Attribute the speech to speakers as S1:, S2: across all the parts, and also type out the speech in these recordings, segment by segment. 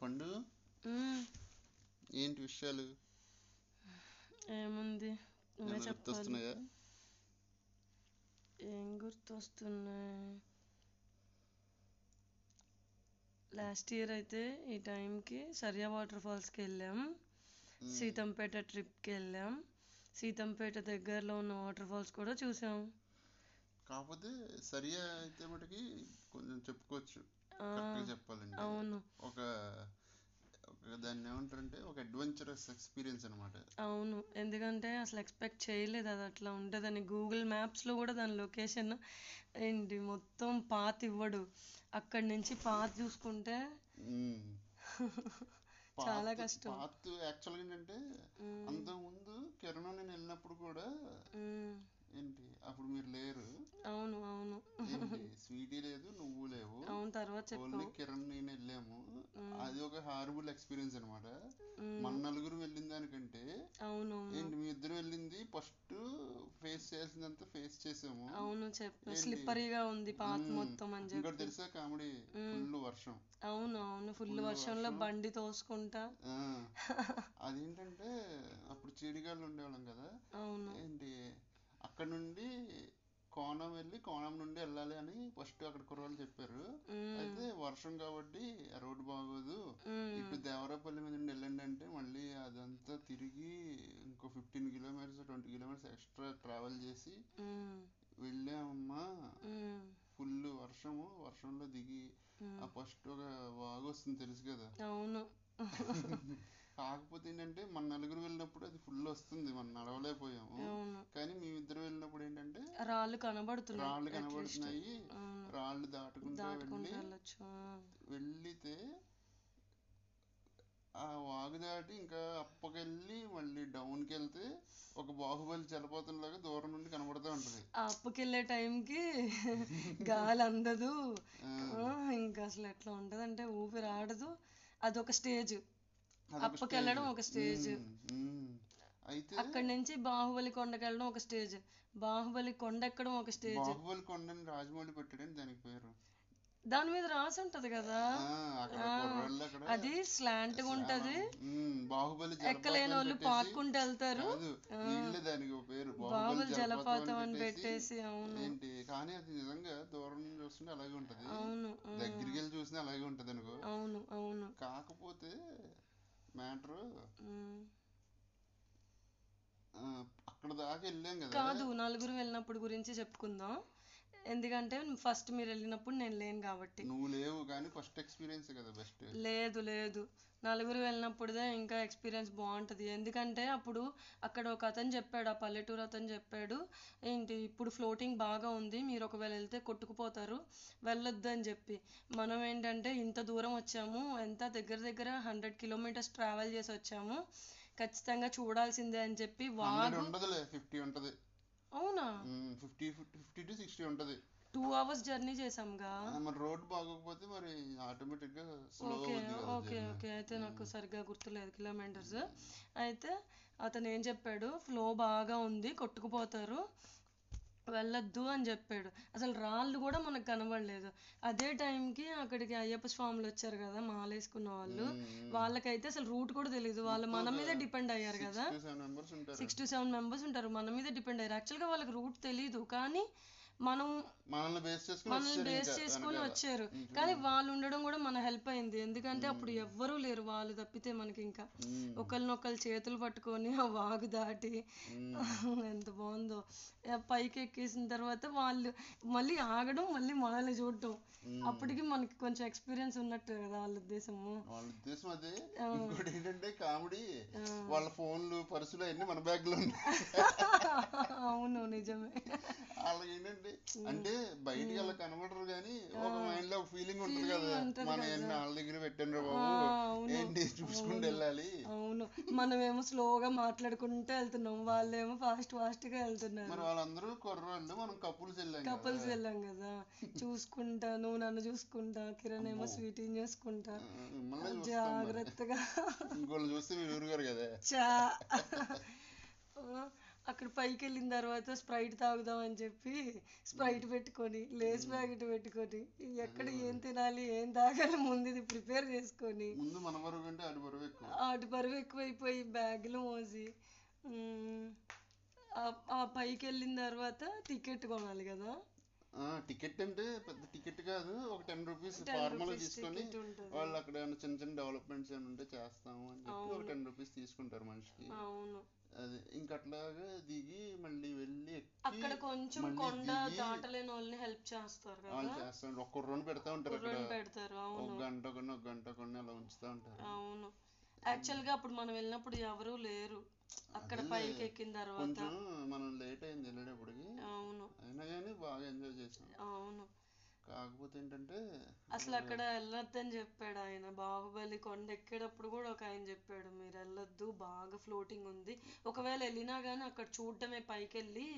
S1: పండు
S2: మ్మ్.
S1: ఏంటి విషయాలు
S2: ఏముంది నువ్వే
S1: ఏమైనా
S2: చెప్పాలి
S1: గుర్తొస్తున్నాయా
S2: ఏం గుర్తొస్తున్నాయి లాస్ట్ ఇయర్ అయితే ఈ టైంకి సరియా వాటర్ ఫాల్స్కి వెళ్ళాం
S1: మ్మ్.
S2: సీతంపేట ట్రిప్కి వెళ్ళాం సీతంపేట దగ్గరలో ఉన్న వాటర్ ఫాల్స్ కూడా చూసాం
S1: కాకపోతే సరియా అయితే మటుకి కొంచెం చెప్పుకోవచ్చు
S2: ఆ,
S1: కరెక్ట్గా చెప్పాలంటే
S2: Ah, అవును
S1: ఒక ఒక దాన్ని ఏమంటారంటే ఒక అడ్వెంచరస్ ఎక్స్పీరియన్స్ అన్నమాట
S2: అవును ఎందుకంటే అసలు ఎక్స్పెక్ట్ చేయలేదు అది అట్లా ఉంటుందని గూగుల్ మ్యాప్స్లో కూడా దాని లొకేషన్ ఏంటి మొత్తం పాత ఇవ్వడు అక్కడి నుంచి పాత చూసుకుంటే
S1: మ్మ్.
S2: చాలా
S1: పాత్-
S2: కష్టం.
S1: పాత్ యాక్చువల్గా ఏంటంటే
S2: మ్మ్.
S1: అంతకుముందు కిరణ్ నేను వెళ్ళినప్పుడు కూడా
S2: మ్మ్.
S1: ఏంటి అప్పుడు మీరు లేరు
S2: అవును అవును
S1: ఏంటి స్వీటీ లేదు నువ్వు లేవు
S2: అవును తర్వాత చెప్పు
S1: ఓన్లీ కిరణ్ నేను వెళ్ళాము అది ఒక హారబుల్ ఎక్స్పీరియన్స్ అన్నమాట
S2: మ్మ్.
S1: మన నలుగురు వెళ్ళిన దానికంటే
S2: అవును అవును.
S1: ఏంటి మీ ఇద్దరు వెళ్ళింది ఫస్ట్ ఫేస్ చేసిందంతా ఫేస్ చేసాము
S2: అవును చెప్పు
S1: ఏంటి?
S2: స్లిప్పరీగా ఉంది పాత మొత్తం అని చెప్పి
S1: ఇంకోటి తెలుసా కామెడీ ఫుల్ వర్షం
S2: అవును అవును ఫుల్ వర్షంలో బండి తోసుకుంటా
S1: ఆ. అదేంటంటే అప్పుడు చీడిగాళ్ళు ఉండేవాళ్ళం కదా
S2: అవును
S1: ఏంటి అక్కడ నుండి కోణం వెళ్ళి కోణం నుండి వెళ్ళాలి అని ఫస్ట్ అక్కడ కుర్రాళ్ళు చెప్పారు
S2: మ్మ్.
S1: అయితే వర్షం కాబట్టి ఆ రోడ్డు బాగోదు
S2: మ్మ్.
S1: ఇటు దేవరాపల్లి మీద నుండి వెళ్ళండి అంటే మళ్ళీ అదంతా తిరిగి ఇంకో fifteen kilometres twenty kilometres extra travel చేసి
S2: మ్మ్.
S1: వెళ్ళామమ్మా
S2: మ్మ్.
S1: ఫుల్ వర్షము వర్షంలో దిగి
S2: మ్మ్.
S1: ఆ ఫస్ట్ ఒక వాగు వస్తుంది తెలుసు కదా
S2: అవును
S1: కాకపోతే ఏంటంటే మన నలుగురు వెళ్ళినప్పుడు అది ఫుల్ వస్తుంది మనం నడవలేకపోయాము
S2: అవును
S1: కానీ మేమిద్దరు వెళ్ళినప్పుడు ఏంటంటే
S2: రాళ్ళు కనబడుతున్నాయి
S1: రాళ్ళు
S2: at least.
S1: కనబడుతున్నాయి
S2: అవును.
S1: రాళ్ళు దాటుకుంటూ
S2: దాటుకుంటూ
S1: వెళ్ళి
S2: వెళ్ళొచ్చు ఆ.
S1: వెళ్ళితే ఆ వాగు దాటి ఇంకా అప్పకెళ్ళి మళ్ళీ డౌన్కి వెళ్తే ఒక బాహుబలి జలపాతం లాగా దూరం నుండి కనబడుతూ ఉంటుంది
S2: ఆ అప్పుకెళ్ళే టైంకి గాలి అందదు ఆ, ఇంకా అసలు ఎట్లా ఉంటది అంటే ఊపిరి ఆడదు అదొక స్టేజ్ అప్పకి వెళ్ళడం ఒక స్టేజ్
S1: అయితే
S2: అక్కడి నుంచి బాహుబలి కొండకి వెళ్ళడం ఒక స్టేజ్ బాహుబలి కొండ ఎక్కడం ఒక స్టేజ్
S1: బాహుబలి కొండని రాజమౌళి పెట్టాడని దానికి పేరు
S2: దాని మీద రాసి ఉంటది కదా
S1: ఆ, అక్కడ
S2: ఆ,
S1: కుర్రాళ్ళు అక్కడ
S2: అది స్లాంట్ గా ఉంటది
S1: ఉమ్, బాహుబలి జలపాతం
S2: ఎక్కలేని వాళ్ళు
S1: పెట్టేసి-
S2: పాక్కుంటూ వెళ్తారు
S1: కాదు, వీళ్ళే దానికి ఒక పేరు
S2: బాహుబలి జలపాతం
S1: జలపాతం
S2: అని పెట్టేసి అవును
S1: ఏంటి కానీ అది నిజంగా దూరం నుంచి చూస్తుంటే అలాగే ఉంటది
S2: అవును ఆ,
S1: దగ్గరికి వెళ్ళి చూసినా అలాగే ఉంటది అనుకో
S2: అవును అవును
S1: కాకపోతే మ్యాటర్
S2: ఉమ్.
S1: అక్కడ దాకా వెళ్ళాం కదా
S2: కాదు నలుగురు వెళ్ళినప్పుడు గురించి చెప్పుకుందాం ఎందుకంటే ఫస్ట్ మీరు వెళ్ళినప్పుడు నేను లేను కాబట్టి
S1: నువ్వు లేవు కానీ ఫస్ట్ ఎక్స్పీరియన్స్ కదా బెస్ట్
S2: లేదు లేదు నలుగురు వెళ్ళినప్పుడుదే ఇంకా ఎక్స్పీరియన్స్ బాగుంటుంది ఎందుకంటే అప్పుడు అక్కడ ఒక అతను చెప్పాడు ఆ పల్లెటూరు అతను చెప్పాడు ఏంటి ఇప్పుడు ఫ్లోటింగ్ బాగా ఉంది మీరు ఒకవేళ వెళ్తే కొట్టుకుపోతారు వెళ్ళొద్దు అని చెప్పి మనం ఏంటంటే ఇంత దూరం వచ్చాము ఎంత దగ్గర దగ్గర హండ్రెడ్ కిలోమీటర్స్ ట్రావెల్ చేసి వచ్చాము ఖచ్చితంగా చూడాల్సిందే అని చెప్పి
S1: హండ్రెడ్
S2: వాగు
S1: ఉండదులే ఫిఫ్టీ ఉంటది
S2: అవునా
S1: ఫిఫ్టీ ఫిఫ్టీ టు సిక్స్టీ ఉంటది
S2: టూ అవర్స్ జర్నీ చేసాంగా
S1: ఆ, మరి రోడ్ బాగోకపోతే మరి ఆటోమేటిక్ గా స్లో
S2: ఓకే
S1: అవుద్ది కదా
S2: ఓకే
S1: జర్నీ.
S2: ఓకే అయితే నాకు సరిగ్గా గుర్తులేదు కిలోమీటర్స్ అయితే అతను ఏం చెప్పాడు ఫ్లో బాగా ఉంది కొట్టుకుపోతారు వెళ్ళొద్దు అని చెప్పాడు అసలు రాళ్ళు కూడా మనకు కనబడలేదు అదే టైంకి అక్కడికి అయ్యప్ప స్వాములు వచ్చారు కదా మాలేసుకున్న వాళ్ళు
S1: మ్మ్.
S2: వాళ్ళకైతే అసలు రూట్ కూడా తెలియదు వాళ్ళు మన మీద డిపెండ్ అయ్యారు కదా
S1: Six to seven members ఉంటారు
S2: సిక్స్ టు సెవెన్ మెంబర్స్ ఉంటారు మన మీద డిపెండ్ అయ్యారు యాక్చువల్గా వాళ్ళకి రూట్ తెలియదు కానీ మనం
S1: మనల్ని బేస్ చేసుకుని
S2: మనల్ని
S1: వచ్చారు
S2: బేస్
S1: ఇంకా
S2: చేసుకొని
S1: వెనకాల.
S2: వచ్చారు కానీ వాళ్ళు ఉండడం కూడా మన హెల్ప్ అయింది ఎందుకంటే అప్పుడు ఎవ్వరూ లేరు వాళ్ళు తప్పితే మనకి ఇంకా
S1: మ్మ్.
S2: ఒకరినొకరు చేతులు పట్టుకొని ఆ వాగు దాటి
S1: మ్మ్.
S2: ఎంత బాగుందో ఆ పైకి ఎక్కేసిన తర్వాత వాళ్ళు మళ్ళీ ఆగడం మళ్ళీ మనల్ని చూడటం అప్పటికి మనకి కొంచెం ఎక్స్పీరియన్స్ ఉన్నట్టు కదా వాళ్ళ ఉద్దేశము
S1: వాళ్ళ ఉద్దేశం అదే ఇంకోటి ఏంటంటే కామెడీ వాళ్ళ ఫోన్లు పర్సులు అన్ని మన బ్యాగ్ లో ఉన్నాయి
S2: అవును నిజమే
S1: వాళ్ళకి ఏంటంటే అంటే బయటికి అలా కనబడరు కానీ ఒక మైండ్ లో ఫీలింగ్ ఉంటుంది
S2: Feeling
S1: కదా
S2: ఉంటది
S1: మన ఎన్ని వాళ్ళ దగ్గర పెట్టండి బాబు
S2: ఆ, అవును.
S1: ఏంటి చూసుకుంటూ వెళ్ళాలి
S2: అవును మనమేమో స్లోగా మాట్లాడుకుంటూ వెళ్తున్నాం వాళ్ళేమో ఫాస్ట్ ఫాస్ట్ గా వెళ్తున్నారు
S1: మరి వాళ్ళందరూ కుర్రాళ్ళు మనం కప్పుల్స్ వెళ్ళాం కదా.
S2: కపుల్స్ వెళ్ళాం కదా చూసుకుంటా నువ్వు నన్ను చూసుకుంటా కిరణ్ ఏమో స్వీటింగ్ చేసుకుంటా
S1: ఆ, మిమ్మల్ని చూస్తాం మరి.
S2: జాగ్రత్తగా
S1: ఇంకోళ్ళు చూస్తే మీరు ఊరుగారు కదా
S2: చా అక్కడ పైకి వెళ్ళిన తర్వాత స్ప్రైట్ తాగుదాం అని చెప్పి స్ప్రైట్ పెట్టుకొని లేస్ ప్యాకెట్ పెట్టుకొని ఎక్కడ ఏం తినాలి ఏం తాగాలి ముందు ఇది ప్రిపేర్ చేసుకొని
S1: ముందు మన బరువు కంటే ఆడి బరువు ఎక్కువ
S2: ఆటి బరువు ఎక్కువైపోయి బ్యాగులు మోసి ఉమ్, ఆ- ఆ పైకి వెళ్ళిన తర్వాత టికెట్ కొనాలి కదా
S1: టికెట్ అంటే పెద్ద టికెట్ కాదు ఒక టెన్ రూపీస్
S2: 10
S1: ఫార్మల్
S2: rupees
S1: తీసుకొని
S2: ticket ఉంటుంది.
S1: వాళ్ళు అక్కడ ఏమైనా చిన్న చిన్న డెవలప్మెంట్స్ ఏమైనా ఉంటే చేస్తాము అని చెప్పి ఒక
S2: అవును.
S1: టెన్ రూపీస్ తీసుకుంటారు మనిషికి
S2: అవును
S1: అదే ఇంక అట్లాగే దిగి మళ్ళీ వెళ్ళి
S2: అక్కడ
S1: ఎక్కి
S2: కొంచెం
S1: మళ్ళీ
S2: కొండ
S1: దిగి
S2: దాటలేని వాళ్ళని హెల్ప్ చేస్తారు
S1: వాళ్ళు
S2: కదా
S1: చేస్తాడు ఒక్క రెండు పెడతా ఉంటారు అక్కడ
S2: రెండు పెడతారు
S1: ఒక
S2: అవును
S1: గంట కొన్ని ఒక గంట కొన్ని అలా ఉంచుతా ఉంటారు
S2: అవును యాక్చువల్ గా అప్పుడు మనం వెళ్ళినప్పుడు ఎవరూ లేరు అక్కడ
S1: అదే.
S2: పైకి ఎక్కిన తర్వాత
S1: కొంచెం మనం లేట్ అయింది వెళ్ళేటప్పటికి
S2: అవును
S1: అయినా కానీ బాగా ఎంజాయ్ చేసాం
S2: అవును
S1: కాకపోతే ఏంటంటే
S2: అసలు అక్కడ వెళ్ళొద్దని చెప్పాడు ఆయన బాహుబలి కొండ ఎక్కేటప్పుడు కూడా ఒక ఆయన చెప్పాడు మీరు వెళ్ళొద్దు బాగా ఫ్లోటింగ్ ఉంది ఒకవేళ వెళ్ళినా కానీ అక్కడ చూడటమే పైకి వెళ్ళి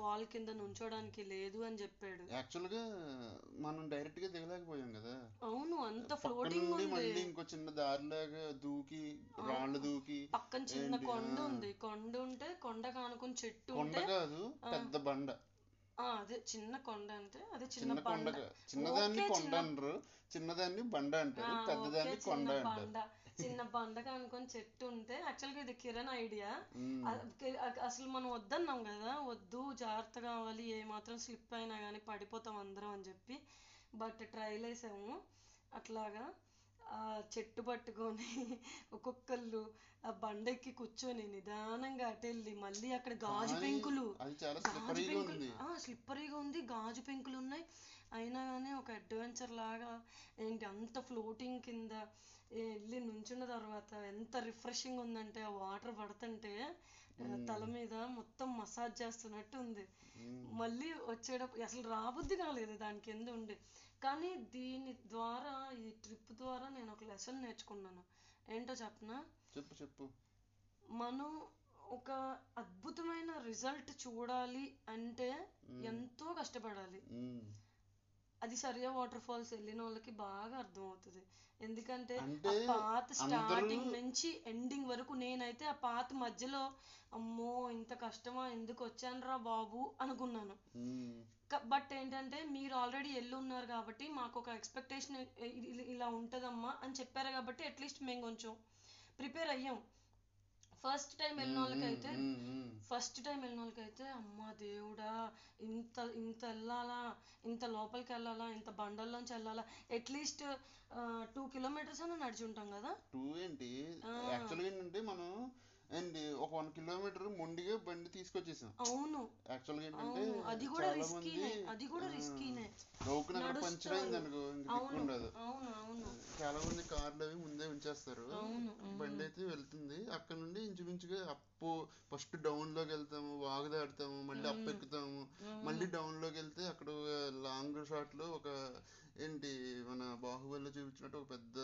S2: వాల్ కింద నుంచోడానికి లేదు అని చెప్పాడు
S1: actual గా మనం డైరెక్ట్ గా దిగలేకపోయాం కదా
S2: అవును అంత
S1: పక్క
S2: ఫ్లోటింగ్
S1: నుండి
S2: ఉంది
S1: మళ్ళీ ఇంకో చిన్న దారిలాగా దూకి రాళ్ళు దూకి
S2: పక్కన చిన్న
S1: ఏంటి,
S2: కొండ
S1: ఆ.
S2: ఉంది కొండ ఉంటే కొండ కానుకొని చెట్టు
S1: కొండ
S2: ఉంటే
S1: కాదు
S2: ఆ.
S1: పెద్ద బండ
S2: ఆ, అదే చిన్న కొండ అంటే అదే చిన్న
S1: చిన్న కొండ
S2: పండ
S1: కా- చిన్నదాన్ని
S2: ఓకే,
S1: కొండ
S2: చిన్న-
S1: అనరు చిన్నదాన్ని బండ
S2: ఆ,
S1: అంటారు
S2: ఓకే
S1: పెద్దదాన్ని కొండ
S2: చిన్న
S1: అంటారు
S2: బండ చిన్న బండగా అనుకొని చెట్టు ఉంటే యాక్చువల్గా ఇది కిరణ్ ఐడియా
S1: ఉమ్.
S2: అసలు మనం వద్దన్నాం కదా వద్దు జాగ్రత్త కావాలి ఏ మాత్రం స్లిప్ అయినా కానీ పడిపోతాం అందరం అని చెప్పి బట్ ట్రైల్ వేసాము అట్లాగా ఆ చెట్టు పట్టుకొని ఒక్కొక్కళ్ళు ఆ బండ ఎక్కి కూర్చొని నిదానంగా అటెళ్ళి మళ్ళీ అక్కడ గాజు
S1: కానీ
S2: పెంకులు
S1: అది చాలా
S2: గాజు
S1: స్లిప్పరీగా
S2: పెంకులు
S1: ఉంది
S2: ఆ స్లిప్పరీగా ఉంది గాజు పెంకులు ఉన్నాయి అయినా కానీ ఒక అడ్వెంచర్ లాగా ఏంటి అంత ఫ్లోటింగ్ కింద వెళ్ళి నుంచున్న తర్వాత ఎంత రిఫ్రెషింగ్ ఉందంటే ఆ వాటర్ పడుతుంటే ఆ, తల మీద మొత్తం మసాజ్ చేస్తున్నట్టు ఉంది
S1: ఉమ్.
S2: మళ్ళీ వచ్చేటప్పుడు అసలు రాబుద్ది కాలేదు దాని కింద ఉండి కానీ దీని ద్వారా ఈ ట్రిప్ ద్వారా నేను ఒక లెసన్ నేర్చుకున్నాను ఏంటో చెప్పనా
S1: చెప్పు చెప్పు
S2: మనం ఒక అద్భుతమైన రిజల్ట్ చూడాలి అంటే
S1: ఉమ్.
S2: ఎంతో కష్టపడాలి
S1: ఉమ్.
S2: అది సరియా వాటర్ ఫాల్స్ వెళ్ళిన వాళ్ళకి బాగా అర్థమవుతుంది ఎందుకంటే ఆ
S1: అంటే
S2: పాత స్టార్టింగ్
S1: అందరూ-
S2: నుంచి ఎండింగ్ వరకు నేనైతే ఆ పాత మధ్యలో అమ్మో ఇంత కష్టమా ఎందుకు వచ్చానురా బాబు అనుకున్నాను
S1: ఉమ్.
S2: బట్ ఏంటంటే మీరు ఆల్రెడీ వెళ్ళి ఉన్నారు కాబట్టి మాకు ఒక ఎక్స్పెక్టేషన్ ఇలా ఉంటుందమ్మా అని చెప్పారు కాబట్టి అట్లీస్ట్ మేము కొంచెం ప్రిపేర్ అయ్యాం ఫస్ట్ టైం వెళ్ళిన వాళ్ళకైతే
S1: ఉమ్, ఉమ్, ఉమ్.
S2: ఫస్ట్ టైం వెళ్ళిన వాళ్ళకైతే అమ్మా దేవుడా ఇంత ఇంత వెళ్ళాలా ఇంత లోపలికి వెళ్ళాలా ఇంత బండల్లోంచి వెళ్ళాలా అట్లీస్ట్ టూ కిలోమీటర్స్ అయినా నడిచి ఉంటాం కదా
S1: టూ ఏంటి
S2: ఆ.
S1: యాక్చువల్గా ఏంటంటే మనం అండ్ ఒక వన్ కిలోమీటర్ మొండిగా బండి తీసుకొచ్చేసాం
S2: అవును
S1: యాక్చువల్గా ఏంటంటే
S2: అవును అది కూడా
S1: చాలా
S2: రిస్కీనే
S1: మంది
S2: అది కూడా
S1: ఆ,
S2: రిస్కీనే
S1: డౌకున అక్కడ
S2: నడుస్తారు.
S1: పంచర్ అయింది అనుకో ఇంక దిక్కు
S2: అవును
S1: ఉండదు
S2: అవును అవును
S1: చాలా మంది కార్లు అవి ముందే ఉంచేస్తారు
S2: అవును, అవును.
S1: బండి అయితే వెళ్తుంది అక్కడ నుండి ఇంచుమించుగా అప్పు ఫస్ట్ డౌన్ లోకి వెళ్తాము వాగు దాటుతాము మళ్ళీ అప్పు ఎక్కుతాము మళ్ళీ డౌన్ లోకి వెళ్తే అక్కడ లాంగ్ షాట్ లో ఒక ఏంటి మన బాహుబలిలో చూపించినట్టు ఒక పెద్ద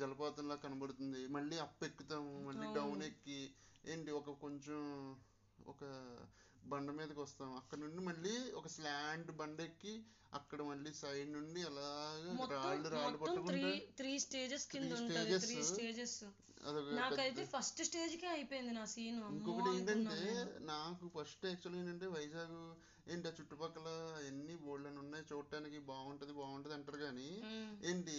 S1: జలపాతంలా కనబడుతుంది మళ్ళీ అప్ ఎక్కుతాము మళ్ళీ డౌన్ ఎక్కి ఏంటి ఒక కొంచెం ఒక బండ మీదకి వస్తాం అక్కడ నుండి మళ్ళీ ఒక స్లాంట్ బండ ఎక్కి అక్కడ మళ్ళీ సైడ్ నుండి అలాగా రాళ్ళు
S2: మొత్తం
S1: రాళ్ళు
S2: మొత్తం త్రీ
S1: పట్టుకుంటూ
S2: త్రీ స్టేజెస్ కింద
S1: Three
S2: ఉంటది త్రీ
S1: stages.
S2: స్టేజెస్
S1: అదొక
S2: నాకైతే
S1: పెద్ద-
S2: ఫస్ట్ స్టేజ్ కే అయిపోయింది నా సీన్ అమ్మో
S1: ఇంకొకటి
S2: అనుకున్నా
S1: ఏంటంటే
S2: నేను.
S1: నాకు ఫస్ట్ యాక్చువల్ ఏంటంటే వైజాగ్ ఏంటి ఆ చుట్టుపక్కల ఎన్ని బోర్డులు అని ఉన్నాయి చూడటానికి బాగుంటది బాగుంటది అంటారు కానీ
S2: మ్మ్.
S1: ఏంటి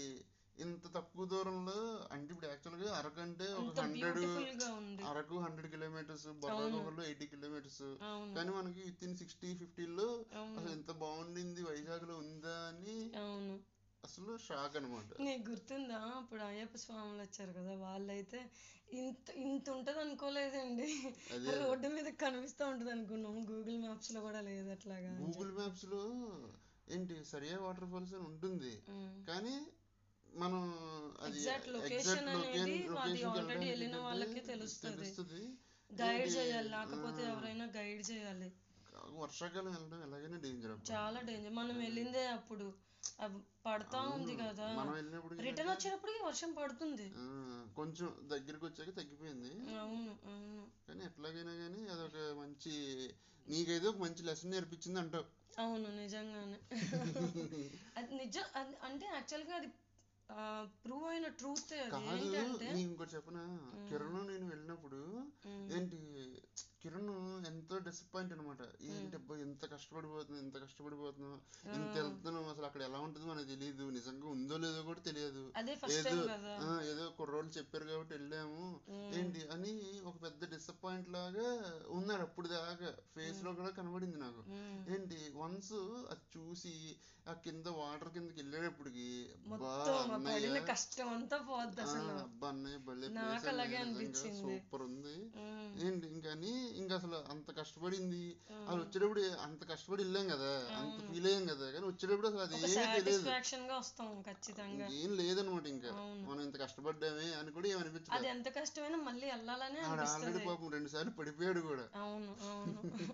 S1: ఇంత తక్కువ దూరంలో అంటే ఇప్పుడు యాక్చువల్ గా అరకంటే
S2: అంత
S1: ఒక హండ్రెడ్
S2: బ్యూటిఫుల్ గా ఉంది
S1: అరకు హండ్రెడ్ కిలోమీటర్స్ బొర్రా గుహలు ఎయిటీ కిలోమీటర్స్
S2: అవును
S1: కానీ మనకి విత్ ఇన్ సిక్స్టీ ఫిఫ్టీలో
S2: అవును.
S1: అసలు ఇంత బాగుండింది వైజాగ్ లో ఉందా అని
S2: అవును
S1: అసలు షాక్ అన్నమాట
S2: నీకు గుర్తుందా అప్పుడు అయ్యప్ప స్వాములు వచ్చారు కదా వాళ్ళైతే ఇంత ఇంత ఉంటది అనుకోలేదండి
S1: అదే.
S2: రోడ్డు మీద కనిపిస్తూ ఉంటది అనుకున్నాం గూగుల్ మ్యాప్స్ లో కూడా లేదు అట్లాగా అని చెప్పి.
S1: గూగుల్ మ్యాప్స్ లో ఏంటి సరియా వాటర్ ఫాల్స్ అని ఉంటుంది
S2: ఉమ్.
S1: కానీ మనం అది
S2: Exact location
S1: exact location-
S2: అనేది
S1: location
S2: వాళ్ళది
S1: కి
S2: already
S1: వెళ్ళడానికి
S2: వెళ్ళిన
S1: ఏంటంటే
S2: వాళ్ళకే తెలుస్తది.
S1: తెలుస్తది.
S2: గైడ్
S1: ఏంటి,
S2: చేయాలి లేకపోతే
S1: ఆ,
S2: ఎవరైనా గైడ్ చేయాలి
S1: కాకు- వర్షాకాలం వెళ్ళడం ఎలాగైనా డేంజర్
S2: చాలా డేంజర్ మనం వెళ్ళిందే అప్పుడు అవ్- పడతా ఉంది కదా
S1: మనం వెళ్ళినప్పుడు
S2: రిటర్న్ వచ్చేటప్పటికి వర్షం పడుతుంది
S1: ఆ, కొంచెం దగ్గరికి వచ్చాక తగ్గిపోయింది
S2: అవును అవును
S1: కానీ ఎట్లాగైనా కానీ అదొక మంచి నీకైతే ఒక మంచి లెసన్ నేర్పించింది అంటావు
S2: అవును నిజంగానే అది నిజం అది- అంటే actual గా అది ప్రూవ్ అయిన ట్రూత్ అది
S1: కాదు
S2: ఏంటంటే
S1: నేను ఇంకోటి చెప్పనా కిరణ్ నేను వెళ్ళినప్పుడు
S2: ఉమ్,
S1: ఏంటి కిరణ్ ఎంతో డిసప్పాయింట్ అనమాట ఏంటి అబ్బా ఎంత కష్టపడిపోతున్నాం ఎంత కష్టపడిపోతున్నాం ఇంత వెళ్తున్నాం అసలు అక్కడ ఎలా ఉంటుందో మనకు తెలియదు నిజంగా ఉందో లేదో కూడా తెలియదు
S2: అదే ఫస్ట్
S1: ఏదో
S2: టైం కదా
S1: ఆ, ఏదో కుర్రోళ్ళు చెప్పారు కాబట్టి వెళ్ళాము ఏంటి అని ఒక పెద్ద డిసప్పాయింట్ లాగా ఉన్నాడు అప్పుడు దాకా ఫేస్ లో కూడా కనబడింది నాకు
S2: ఉమ్,
S1: ఏంటి వన్స్ అది చూసి ఆ కింద వాటర్ కిందకి వెళ్ళేటప్పటికి అబ్బా
S2: మొత్తం ఆ పడిన
S1: అన్నయ్య
S2: కష్టం అంతా పోద్ది
S1: ఆ,
S2: అసలు
S1: అబ్బా అన్నయ్య భలే
S2: నాకు
S1: place అన్నయ్య,
S2: అలాగే
S1: నిజంగా
S2: అనిపించింది.
S1: సూపర్ ఉంది
S2: ఉమ్,
S1: ఏంటి ఇంకని ఇంకా అసలు అంత కష్టపడింది
S2: ఉమ్.
S1: అది వచ్చేటప్పుడు అంత కష్టపడి వెళ్ళాం కదా అంత ఫీల్ అయ్యాం కదా కానీ వచ్చేటప్పుడు అసలు అది
S2: ఒక
S1: ఏమీ తెలియదు
S2: సాటిస్ఫాక్షన్ గా వస్తాం ఖచ్చితంగా
S1: ఏం లేదనమాట ఇంకా
S2: అవును.
S1: మనం ఇంత కష్టపడ్డామే అని కూడా ఏం
S2: అది
S1: అనిపించలేదు
S2: ఎంత కష్టమైనా మళ్ళీ వెళ్ళాలనే
S1: ఆడ ఆల్రెడీ
S2: అనిపిస్తుంది
S1: పాపం రెండు సార్లు పడిపోయాడు కూడా
S2: అవును అవును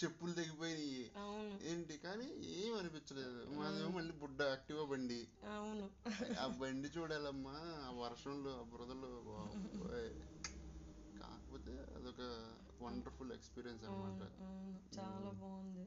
S1: చెప్పులు తెగిపోయినాయి
S2: అవును
S1: ఏంటి కానీ ఏం అనిపించలేదు మాదేమో మళ్ళీ బుడ్డ యాక్టివా బండి
S2: అవును
S1: ఆ బండి చూడాలమ్మా ఆ వర్షంలో ఆ బురదలో బాబోయ్. కాకపోతే అదొక వండర్ఫుల్ ఎక్స్పీరియన్స్ అన్నమాట
S2: అవును చాలా బాగుంది